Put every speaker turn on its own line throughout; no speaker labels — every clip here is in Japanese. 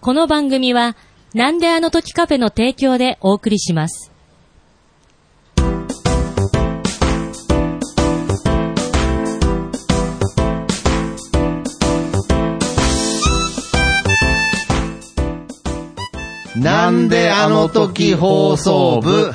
この番組は、なんであの時カフェの提供でお送りします。
なんであの時放送部、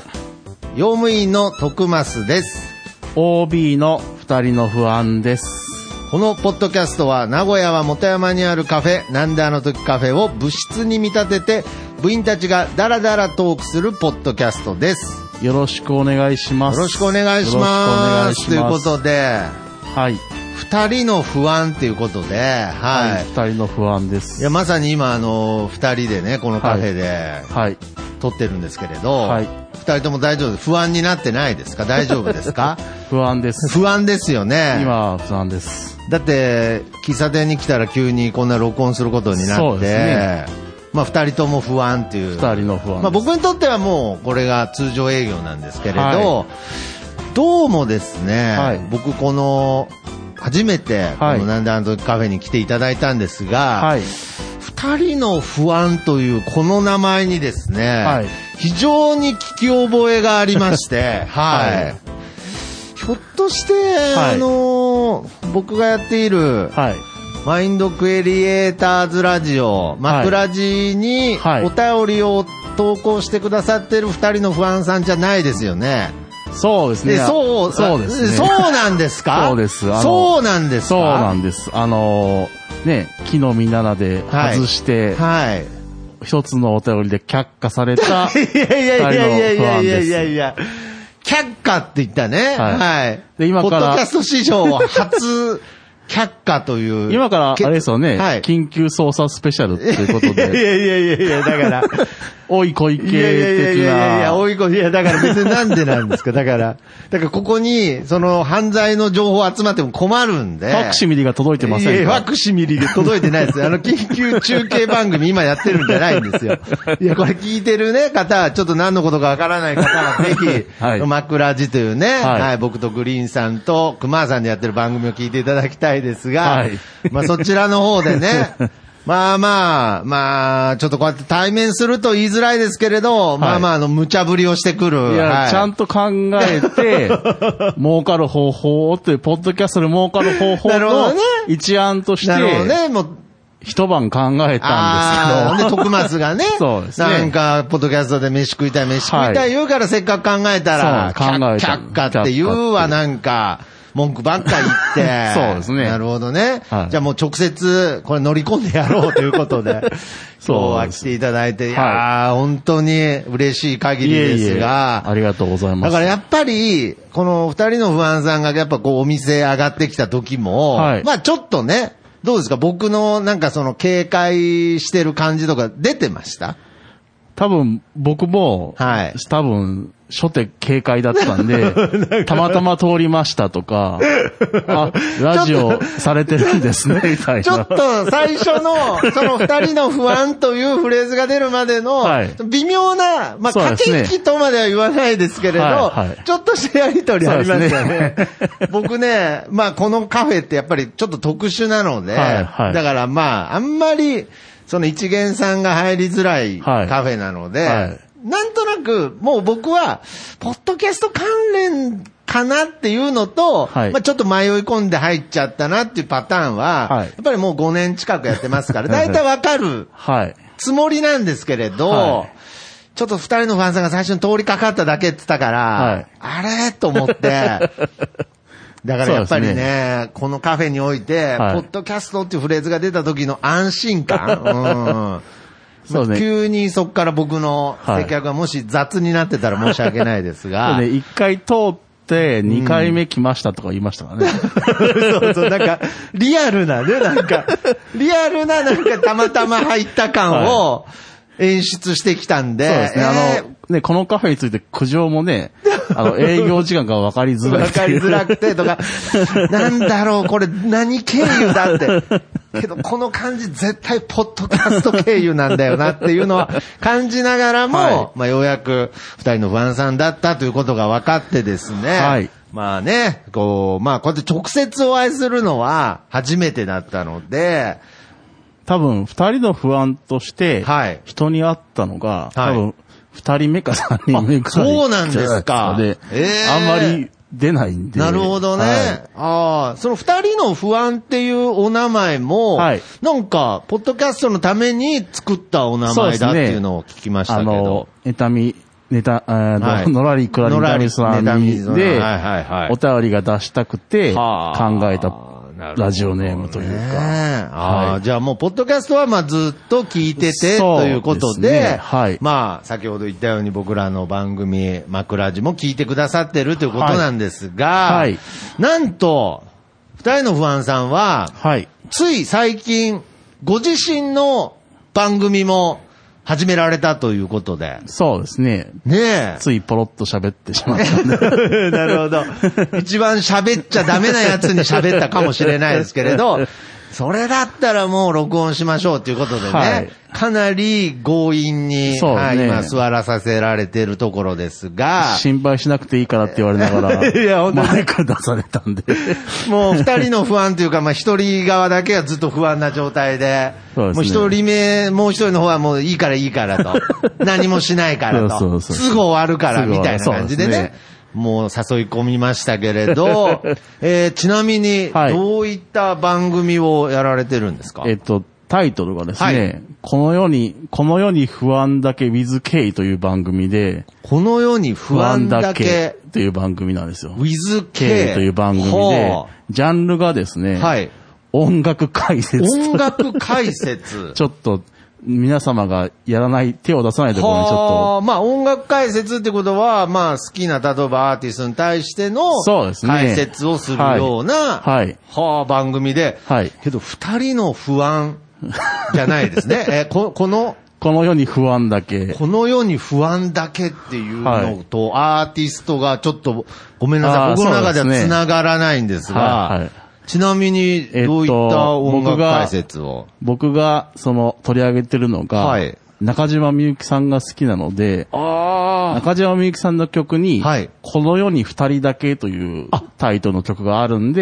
用務員の徳増です。
OB の二人の不安です。
このポッドキャストは名古屋は元山にあるカフェ、なんであの時カフェを部室に見立てて、部員たちがダラダラトークするポッドキャストです。
よろしくお願いしま
よ
す。
ろしくお願いします。とい
よ
う
ろ
こ
しくお願い
と
しま
で、
す。はい。
二人の不安ということで、は
はい。
い。
二人の不安です。
いや、まさに今、あの、二人でね、このカフェで
はい。
撮ってるんですけれど、
はい
二人とも大丈夫です。不安になってないですか大丈夫ですか
不安です。
不安ですよね。
今は不安です。
だって、喫茶店に来たら急にこんな録音することにな
そ
っ
う
て、
です
まあ二人とも不安っていう。
二人の不安です。
まあ僕にとってはもうこれが通常営業なんですけれど、
は
どうもですね、
はい
僕この、初めて、こ
はい
のなんであの時カフェに来ていただいたんですが
はい、。
二、人の不安というこの名前にですね、
はい
非常に聞き覚えがありま して、はい。
はい
ひょっとして、
はい
あのー僕がやっている、
はい。
マインドクエリエイターズラジオ、マクラジに
はい
お便りを投稿してくださってる二人の不安さんじゃないですよね。
そうですね。
で、そう、
そうですね。
そうなんですか
そうですあの
そうなんですか
そうなんです。あのー、ね、木の実ならで
はい
外して、
はい。、
一つのお便りで却下された
いやいやいやいやいやいやいやいや。却下って言ったね。は。
はいいで今から
ポッドキャスト史上初、却下という。
今から、あれですよね、
はい
緊急捜査スペシャルっていうこと
いやい
で、
やいやいやいや、だから。
おい小池
いやいやいやい
的
やいや、
な、
多い子、いや、だから別になんでなんですか、だから。だからここに、その犯罪の情報集まっても困るんで。
ファクシミリが届いてま
い
せ
や
ん
ファ
か
クシミリで届いてないです。あの、緊急中継番組今やってるんじゃないん ですよ。いや、これ聞いてるね、方は、ちょっと何のことかわからない方 は、ぜひ、
はい
枕地というね、は、
はいい
僕とグリーンさんと熊さんでやってる番組を聞いていただきたいですが、
はい
まあそちらの方で ね、まあまあ、まあ、ちょっとこうやって対面すると言いづらいですけれど、まあまあ、あの、無茶ぶりをしてくる。
いや、
はい
ちゃんと考え て、儲かる方法をという、ポッドキャストで儲かる方
な
法
るほど
の
ね
一案とし
なるほど
て、
ね、もう、
一晩考えた
あ
ん
あ
です
ー、で、
けど、、
徳松がね
そうですね
なんか、ポッドキャストで飯食いたい、飯食いた
はい
い言うから、せっかく考えたら、
そう考えた
却下って言うわ、
却下って
なんか、文句ばっか言って。
そうですね
なるほどね。
はい
じゃあもう直接、これ乗り込んでやろうということ で、今日
そう
は
で
来
す
ていただいて、いやー本当に嬉しい限り
いえ
で
い
す
え、
が、
ありがとうござい
だ
ます。
からやっぱり、この二人の不安さんがやっぱこうお店上がってきた時も、
はい
まあちょっとね、どうですか僕のなんかその警戒してる感じとか出てました
多分、僕も、
はい
多分、初手警戒だっ たんで、たまたま通りましたとか、あ、ラジオされてるんですね、みたい
ちょっ
な。
と最初 の、その二人の不安というフレーズが出るまでの
はい、
微妙な、まあ、
そうで
駆
す
け
ね
引きとまでは言わないですけれど、
はいはい
ちょっとしたやりとりありましたね
そうで。
僕ね、まあ、このカフェってやっぱりちょっと特殊なので、
はいはい
だからまあ、あんまり、その一元さんが入りづらい
はい
カフェなので、
はい
なんとなく、もう僕は、ポッドキャスト関連かなっていうのと、
はい
まあちょっと迷い込んで入っちゃったなっていうパターンは、
はい
やっぱりもう5年近くやってます から、だいたいわかる
はい。
つもりなんですけれど、
はい
ちょっと二人のファンさんが最初に通りかかっただけって言ったから、
はい
あれと思 って、だからやっぱりね、
そうで
このカフェにおいて、
はい
ポッドキャストっていうフレーズが出た時の安心 感、
そう
うん
ですね。
急にそこから僕の
はい
接客がもし雑になってたら申し訳ないですが、
そうね、一回通って、二回目来ましたとか言いましたからね。
そうそう、なんか、リアルなね、なん か、リアルな、なんか、たまたま入った感を演出してきたんで、
そうですね。
え
あの、ね、このカフェについて苦情 もね、あの、営業時間が分かりづ
ー
らい
わ
って
か
い
り
う。
づらくてと か、なんだろう、これ何経由だって。けど、この感じ絶対ポッドキャスト経由なんだよなっていうのは感じながらも、
はい
まあようやく二人の不安さんだったということが分かってですね。
はい
まあね、こう、まあこうやって直接お会いするのは初めてだったので、
多分、二人の不安として、
はい
人に会ったのが、
はい
多分、二人目か三人目か。
そうなんですか
で、
ええ
あんまり出ないんで。
なるほどね。
はい
ああ、その二人の不安っていうお名前も、
はい
なんか、ポッドキャストのために作ったお名前だっていうのを聞きました
あ
けど
の。、ネタミ、ネタ、あ
は
ー
い
のらりくらりだみさん
のらり
に
くらりだみさん
で
はいはいはい、
お便りが出したくて、考えたラジオネームという
ねえ
か。
ああ、
はい
じゃあもう、ポッドキャストは、まあ、ずっと聞いてて、
そう
ということで、
ですねはい
まあ、先ほど言ったように僕らの番組、枕地も聞いてくださってるということなんですが、
はいはい
なんと、二人の不安さんは、
はい。
つい最近、ご自身の番組も始められたということで。
そうですね。
ね
ついポロッと喋ってしまったんで。
え。なるほど。 一番喋っちゃダメなやつに喋ったかもしれないですけれ ど、それだったらもう録音しましょうということでね、
はい
かなり強引に、
そうね
はい今座らさせられているところですが、
心配しなくていいからって言われながら、
いや本当に
マイク出された んで。
もう二人の不安というか、まあ一人側だけはずっと不安な状態で、
そうですね
もう一人目、もう一人の方はもういいからいいから と、何もしないからと、
そうそうそう
すぐ終わるから
すぐ
み
終わ
たい
る
な感じでね。
そうですね
もう誘い込みましたけれ ど、えーちなみに、
はい
どういった番組をやられてるんですか、
えっと、タイトルがですね、
はい
この世に、この世に不安だけ WithK という番組で、
この世に不安だけ、
という番組なんですよ。
WithK
K という番組で、ジャンルがですね、
はい。
音楽解説と
音楽解説。
ちょっと、皆様がやらない、手を出さないところにちょ
はあ、まあ音楽解説ってことは、まあ好きな、例えばアーティストに対しての、
そうですね
解説をするような、
っと、はい。
はあ、番組で、
はい
けど二人の不安じゃない ですね。え、こ、この、
この世に不安だけ。
この世に不安だけっていうのと、アーティストがちょっと、ごめんなさ
あ
い、
ー
僕の中で
そ
は
うですね
繋がらないんですが、
はいはい
ちなみに、
えっと
どういった音楽
僕が
解説を、
僕が、その、取り上げてるのが、
はい
中島みゆきさんが好きなので、中島みゆきさんの曲に、
はい
この世に二人だけというタイトルの曲があるん
へ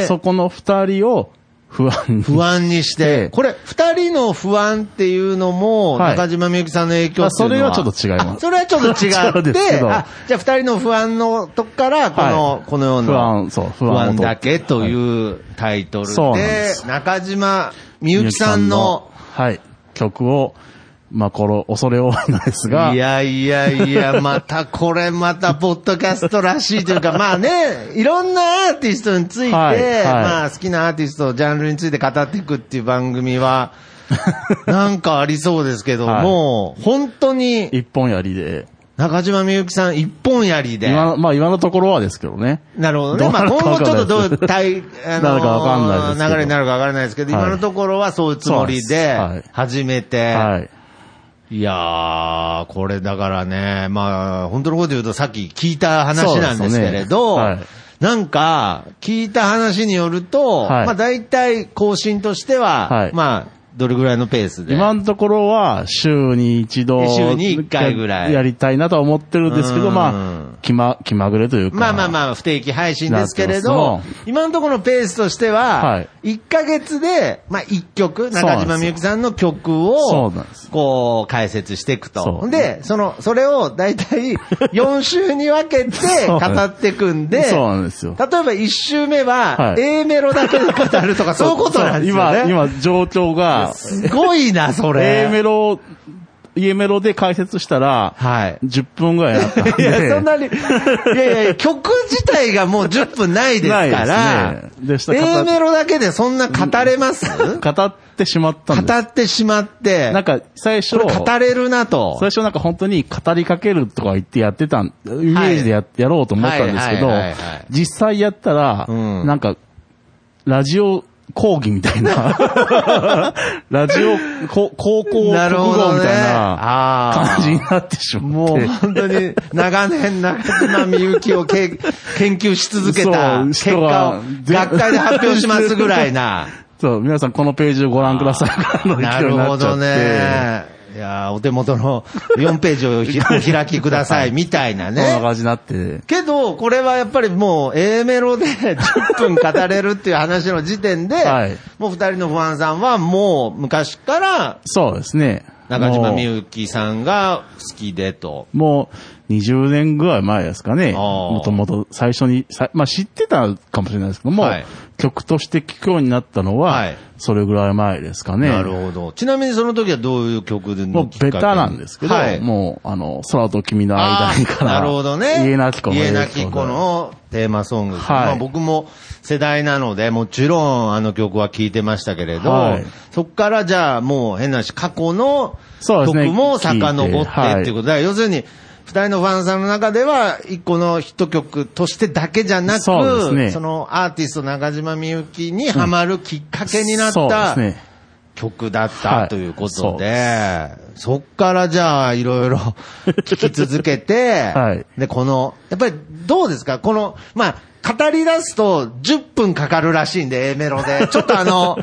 え
で、そこの二人を不安に。
不安にし
え
て
え、
これ、二人の不安っていうのも、
はい
中島みゆきさんの影響っていうのは、
あそれはちょっと違います
あそれはちょっと
違う
違
ん
っ
ですけ
て、
ど
あじゃあ二人の不安のとこから、この、
はい
このような、
不安そう
不
不安を
安だけというタイトルで、
そうなんです
中島みゆきさんの、
はい、曲を、まあ、この、恐れ多いのですが、
いやいやい や、またこれまたポッドキャストらしいというか、まあね、いろんなアーティストについて、
はいはい
まあ好きなアーティスト、ジャンルについて語っていくっていう番組は、 なんかありそうですけど、
はい
もう本当に
一本やりで、
中島みゆきさん一本槍で、
今の、まあ、今のところはですけどね。
なるほどね。
どう
ま
な
あ
るか
今後ちょっとどうい
わ
う
か
んた
ないい
あ
なるかわかんないで
の
すけど
流れになるかわからないですけど、
はい
今のところはそういうつもりで
そうですはい
始めて、
はい。
いやー、これだからね、まあ、本当のこと言うとさっき聞いた話なんですけれど、
そうですねはい
なんか、聞いた話によると、
はい
まあ大体更新としては、
はい
まあ、どれぐらいのペースで。
今のところは、週に一度、
週に一回ぐらい
やりたいなとは思ってるんですけ
う
ど、
ん
まあ、気ま、気まぐれというか。
まあまあまあ、不定期配信ですけれ
な
ど
ってま、
今のところのペースとして
は
は、
い
1ヶ月で、まあ1曲、
そうなん
中
で
島
す
みゆきさんの曲
そ
を
うなんです、
こう、解説していくと
そ。う
で、その、それを大体4週に分けて
そう
語っていくんで、例え
そう
ば
なんですよ。
1週目は
は、い
A メロだけで語る とか、そういうことなんですよ
そう
ね。
今、今、状況が、
すごいな、それ。
A メロ、A メロで解説したら、
はい。
10分ぐらいだったん
い
で。
や、そんなに、いやいや、曲自体がもう10分ないですか
ない
ら
で、すねでした
A メロだけでそんな語れます語
語ってしまったんです。
ってしまって、
なんか、最初、
これ語れるなと。
最初なんか本当に語りかけるとか言ってやってたん、イメージでや,、やろうと思ったんですけど
はいはいはいはい、
実際やったら、
うん
なんか、ラジオ講義みた いな、ラジオこ高校国語み
な
たい
るほどね。
な
あ
感じに
あ。
なってしまって。
もう本当に長年中島みゆきをけ研究し続けた
そう
結
人
果を
が
学会で発表しますぐらいな。
そう、皆さんこのページをご覧ください。
なるほどね。 いやーお手元の4ページをひお開きくだ さい、みたいな
こんな
ね。
感じになって、
けど、これはやっぱりもう A メロで10分語れるっていう話の時点で、
はい
もう二人の不安さんはもう昔から
そうですね。
中島み
もう
ゆきさんが好きでと。
もう20年ぐらい前ですかね。
あー
もともと最初に、さまあ知ってたかもしれないですけども、
はい
曲として聴くようになったの
は、
はいそれぐらい前ですかね。
なるほど。ちなみにその時はどういう曲で
も
の
う
きっか
ベ
け
タなんですけど、
はい
もう、あの、空と君の間にか
あ
ら。
ーなるほどね。
家なき子の
家
影響で
なき子のテーマソング。
はい
まあ僕も世代なので、もちろんあの曲は聴いてましたけれど、
はい
そこからじゃあもう変なし、過去の
そうですね
曲も遡って
聞いて
っていうことで、要するに、二人のファンさんの中では、一個のヒット曲としてだけじゃなく、
そうですね
のアーティスト中島みゆきにハマるきっかけになった、
そうですね。
曲だっ
は
た
い
ということで、そっからじゃあいろい ろ聞き続けて、
はい
で、この、やっぱりどうですかこの、まあ、語り出すと10分かかるらしいんで、A メロ で。ちょっとあの、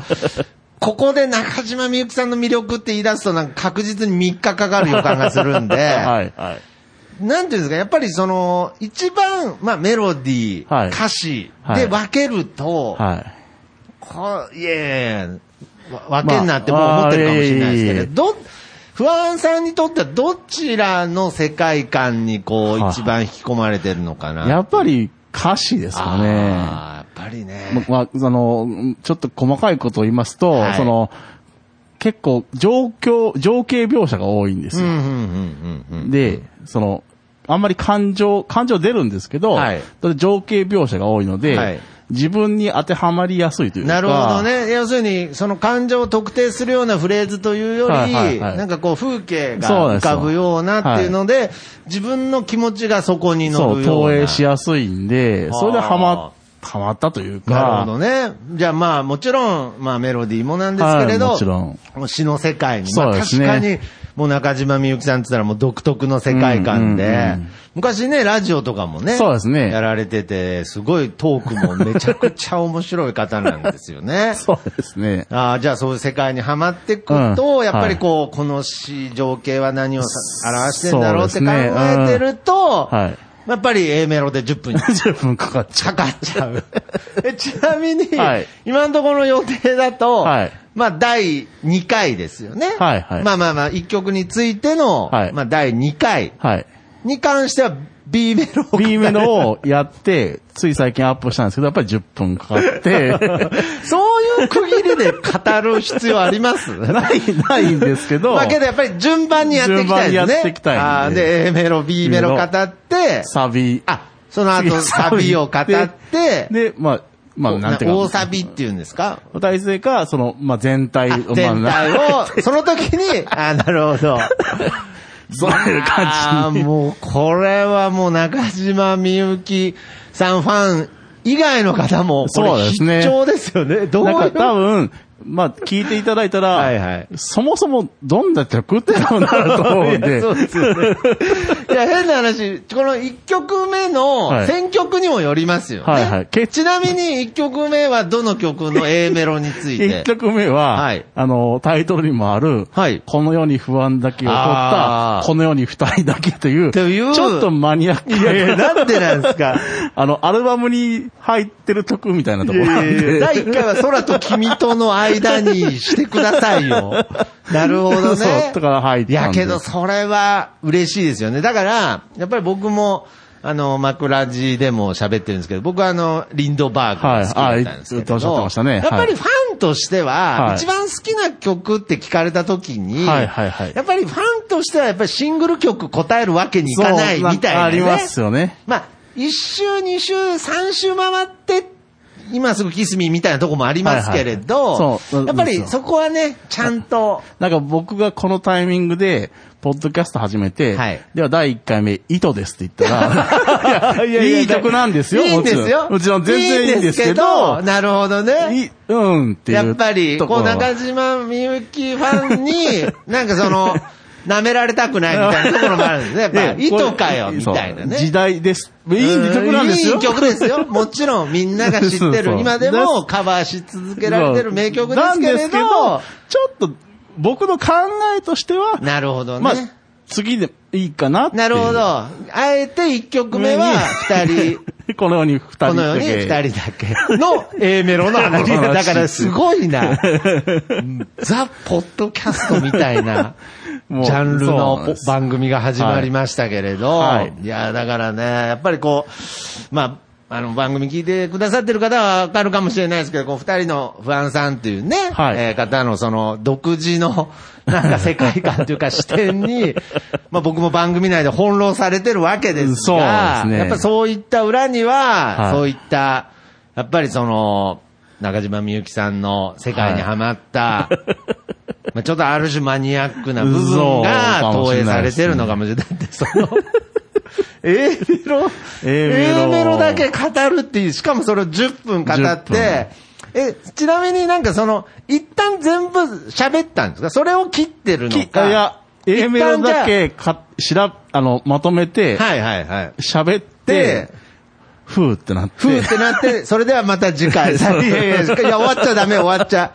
ここで中島みゆきさんの魅力って言い出すとなんか確実に3日かかる予感がするんで、
はい、はい。
なんていうんですか、やっぱりその、一番、まあメロディー、
はい
歌詞
はい
で分けると、
はい。
こういやいやわ分けんなってもう思ってるかもしれないですけれど、ど、不安さんにとってはどちらの世界観にこう
はい
一番引き込まれてるのかな
やっぱり歌詞ですかね。
あーやっぱりね。
まあ、あの、ちょっと細かいことを言いますと、
はい
その、結構状況、情景描写が多いんで
う
す
ん
よ。
うんうんうんうん。
で、その、あんまり感情、感情出るんですけど、
はい
ただ情景描写が多いので、
はい
自分に当てはまりやすいというか。
なるほどね。要するに、その感情を特定するようなフレーズというより、
はいはいはい
なんかこう風景
そう
が浮
です
か
よ
ぶようなっていうので、自分の気持ちがそこに乗
そ
る
う、
ような。
投影しやすいんで、
あー
それでハマ、ハマったというか。
なるほどね。じゃあまあもちろん、まあメロディーもなんですけれど、
はいもちろん
詩の世界に、ま
そ
あ
うで
確
すね
かに、もう中島みゆきさんって言ったらもう独特の世界観で、
うんうんうん
昔ね、ラジオとかもね、
そうですね。
やられてて、すごいトークもめちゃくちゃ面白い方なんですよね
そうですね。
ああ、じゃあそういう世界にはまっていくと、
うん
やっぱりこう、この詩、情景は何をさ表してんだろうって考えてると、
はい。
やっぱり A メロで10分に
10分かかっちゃ
かかっちゃう。 えちなみに、
はい
今のところの予定だと、
はい
まあ第2回ですよね。
はいはい
まあまあまあ、1曲についての、
はい
まあ第2回
う。はい。
に関しては B メ ロを
B メロをやって、つい最近アップしたんですけど、やっぱり10分かかって、
そういう区切りで語る必要あります
ない、ないんですけど、
まあけどやっぱり順番にやっていきたいですね。
順番にやっていきたいんで
あーで、A メロ、B メロ語って、
サビ。
あ、その後
次
サビを語って、
で、まあ、まあ、なんていうか。
大サビっていうんですか
お体制か、その、まあ、全体
あ
を、
全
まあ
体
な
を、 その時に、あ、なるほど。
そういう
あ
感
ー
じに。
もう、これはもう中島みゆきさんファン以外の方も、これ
そうですね
必聴ですよね。どうい
なんか
う。
多分、まあ、聞いていただいたら、
はいはい
そもそもどんな曲ってなると思うん
いや
で、
そうですよね。いや、変な話、この1曲目
は
の
い
選曲にもよりますよね。
はいはいけ
ちなみに1曲目はどの曲の A メロについて
一。曲目は、
はい
あの、タイトルにもある、
はい
この世に不安だけを取っ
あ
た
ー、
この世に二人だけという、
という
ちょっとマニアック
いや、 なんでなんですか。
あの、アルバムに入ってる曲みたいなところなんで、
第1回は空と君との間にしてくださいよ。なるほど
そう
ね。
だから入っ
い
た
や、
んで
けどそれは嬉しいですよね。だから、やっぱり僕も、あの、枕地でも喋ってるんですけど、僕はあの、リンドバーグが好きだったんですけど、
はいああおっしゃってましたねはい
やっぱりファンとしては、
はい
一番好きな曲って聞かれた時に、
はいはいはい
やっぱりファンとしてはやっぱりシングル曲答えるわけにいかないみたいな、ね。
ありますよね。
まあ、一周、二周、三周回って、今すぐキスミーみたいなとこもありますけれ
はいは
ど
いそう、
やっぱりそこはね、ちゃんと、
なんか僕がこのタイミングで、ポッドキャスト始めて、
はい
では第1回目、糸ですって言っ たら、 いやい
や
い曲なんですよ、
いいんですよ。
もちろん。もちろん全然いいんですけど、
なるほどね。
いうんっていう。
やっぱり、
と
こ
こ
う
ろ
中島みゆきファンに、なんかその、舐められたくないみたいなところもあるんですね。やっ ぱ、
ねこれ
糸かよ、みたいな
そう時
ね。
代です。いい曲なんですよ。
いい曲です よ。もちろん、みんなが知って
そうそ
る。
う
今でもカバーし続けられてる名曲ですけれ
なん
ど、
ですけどちょっと、僕の考えとしては、
なるほどね。
まあ、次でいいかなっていう。
なるほど。あえて1曲目は2人、
人。 このように二人だけ。
このように2人だけの A メロの 話。だからすごいな。 ザ・ポッドキャストみたいな。
もう
ジャンル
そう
の
なん
ポ
です
番組が始まりましたけれど、
はいい、
や、だからね、やっぱりこう、まあ、あの、番組聞いてくださってる方はわかるかもしれないですけど、こう、二人の不安さんっていうね、
はい
えー方のその、独自の、 なんか世界観というか視点に、まあ僕も番組内で翻弄されてるわけですが、
そうですね
やっぱそういった裏には、
はい
そういった、やっぱりその、中島みゆきさんの世界にはま った、まあちょっとある種マニアックな部分が投影されてるのかもしれない。だってそ の、A メロ、
A メロ
A メロだけ語るっていう、しかもそれを10分語
10
って
分、
え、ちなみになんかその、一旦全部喋ったんですかそれを切ってるの
き
か
いや、A メロだ。
一
けか、しら、あの、まとめて
旦、じゃあはいはいはい。
喋って
で、、
ふーってなって。
ふーってなって、それではまた次 回。い
そ
や
う
いやいや、いや終わっちゃダメ、終わっち ゃ。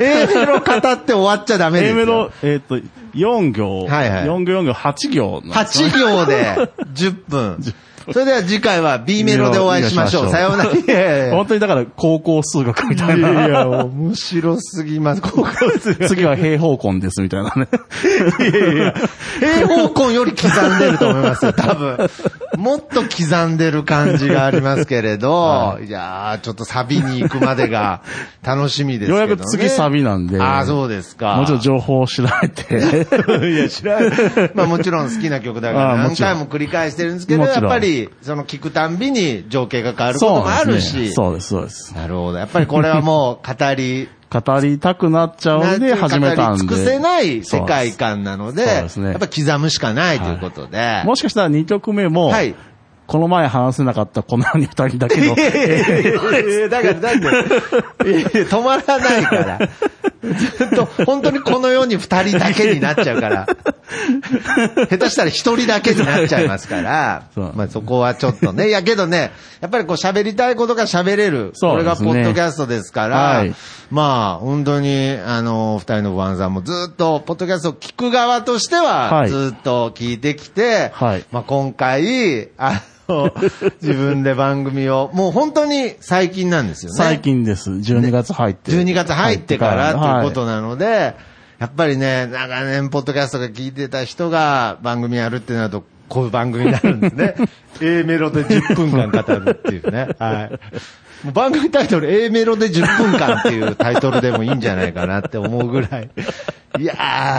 A メロ語って終わっちゃダメですよ。
A メロ、えっ、と、4行、
はいはい
4行4行8行なんですよ
8行で10分。 それでは次回は B メロでお会いしましょう。
B メ
さよう
ロ
なら。いやいや
本当にだから高校数学みたいな。
いや、面白すぎます。ここ
次は平方根ですみたいなね。
平方根より刻んでると思い ますよ、多分。もっと刻んでる感じがありますけれど、い、やー、ちょっとサビに行くまでが楽しみですけど、ね。
ようやく次サビなんで
ああ、そうですか。
もうちょっと情報を調 べて。
いや、知らない。 まあもちろん好きな曲だから
ああ
何
もちろん
回も繰り返してるんですけど、
も
や
ち
っ
ろん
ぱり、その聞くたんびに情景が変わることもある
そうなんです
し。
ねそうです、そうです。
なるほど。やっぱりこれはもう語り、
語りた くなっちゃうんで始めた
語
んで。
り尽くせない世界観なので、
そうですね
やっぱ刻むしかないということで。
もしかしたら2曲目も、
はい
この前話せなかったこのように2人だけの、
えーだから、だって、いやいや止まらないから。ずっと、本当にこの世に二人だけになっちゃうから。下手したら一人だけになっちゃいますから
そう、
まあそこはちょっとね。いやけどね、やっぱりこう喋りたいことが喋れる。
そ
こ
う
れ
です
が
ね
ポッドキャストですから、
はい
まあ本当に、あの、二人の不安さんもずっと、ポッドキャストを聞く側として
は
は、
い
ずっと聞いてきて、
はい
まあ今回、あ の、自分で番組を、もう本当に最近なんですよね。
最近です。12月入って。
12月入ってからということ
は
なので、やっぱりね、長年ポッドキャストが聞いてた人が番組やるってなると、こういう番組になるんです ね。A メロで10分間語るっていうね。はい。もう番組タイトル A メロで10分間っていうタイトルでもいいんじゃないかなって思うぐらい。いや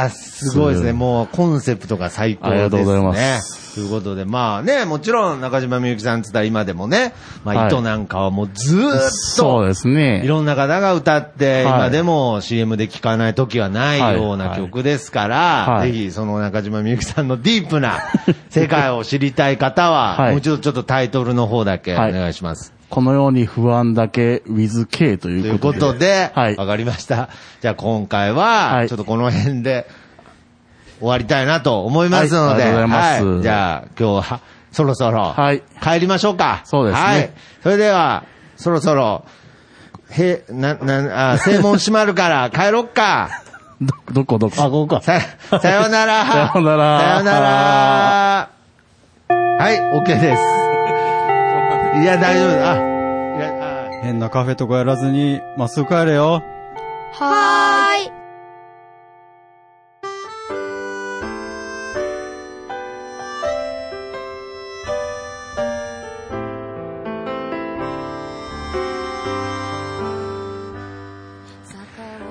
ー、すごいですね。もうコンセプトが最高ですね。
ありがとうございます。
ということで、まあね、もちろん中島みゆきさんって言ったら今でもね、ま
は
あ
い
糸なんかはもうずーっと、
そうですね。
いろんな方が歌って、
はい
今でも CM で聴かない時はないような
はい
曲ですから、
はい
ぜひその中島みゆきさんのディープな世界を知りたい方は、
はい
もう一度ちょっとタイトルの方だけお
はい
願いします。
このように不安だけ WithK と
と
い
いう
うこ
こと
で。
とで、わ、
はい
かりました。じゃあ今回
は
は、
い
ちょっとこの辺で終わりたいなと思いますので、
はいありがとうございます
はいじゃあ今日はそろそろ
はい
帰りましょうか。
そうですね
はい。それでは、そろそろ、へ、な、 な、あ、正門閉まるから帰ろっか。
ど、どこどこあ、ここか。
さ、さようなら。
さようなら
さようなら。はい、OK です。 いや、大丈夫です。あ、いや、あ、
変なカフェとかやらずに、まっすぐ帰れよ。
はーい。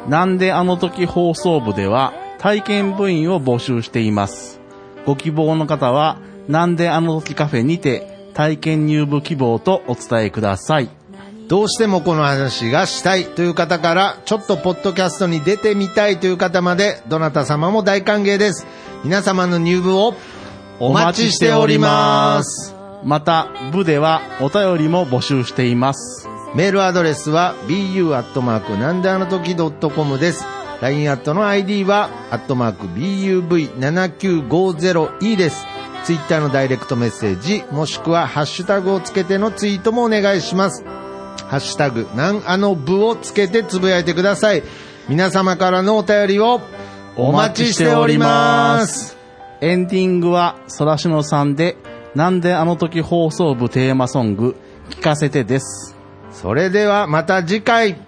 なんであの時放送部では体験部員を募集しています。ご希望の方は、なんであの時カフェにて体験入部希望とお伝えください。
どうしてもこの話がしたいという方から、ちょっとポッドキャストに出てみたいという方まで、どなた様も大歓迎です。皆様の入部をお待ちしております。。
また、部ではお便りも募集しています。
メールアドレスは bu アットマークなんであの時ドットコムです。LINE アットの ID は、アットマーク buv7950e です。ツイッターのダイレクトメッセージ、もしくはハッシュタグをつけてのツイートもお願いします。ハッシュタグ、なんあの部をつけてつぶやいてください。皆様からのお便りをお待ちしておりま。す。
エンディングは、そらしのさんで、なんであの時放送部テーマソング、聞かせてです。
それではまた次回、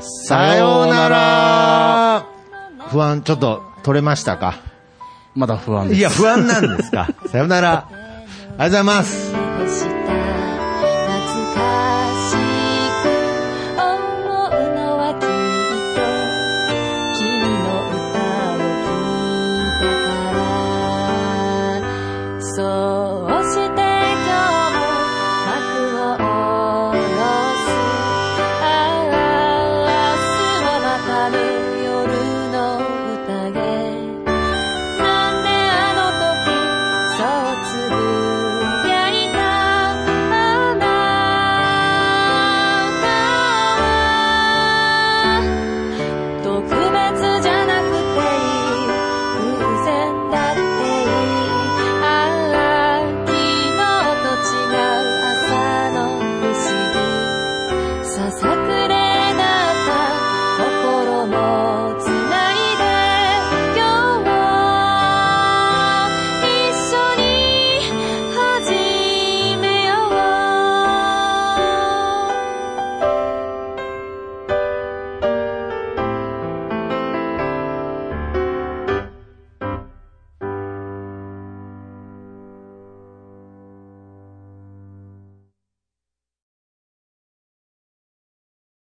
さようなら。不安、ちょっと取れましたか
まだ不安です。
いや、不安なんですか。さようなら。ありがとうございます。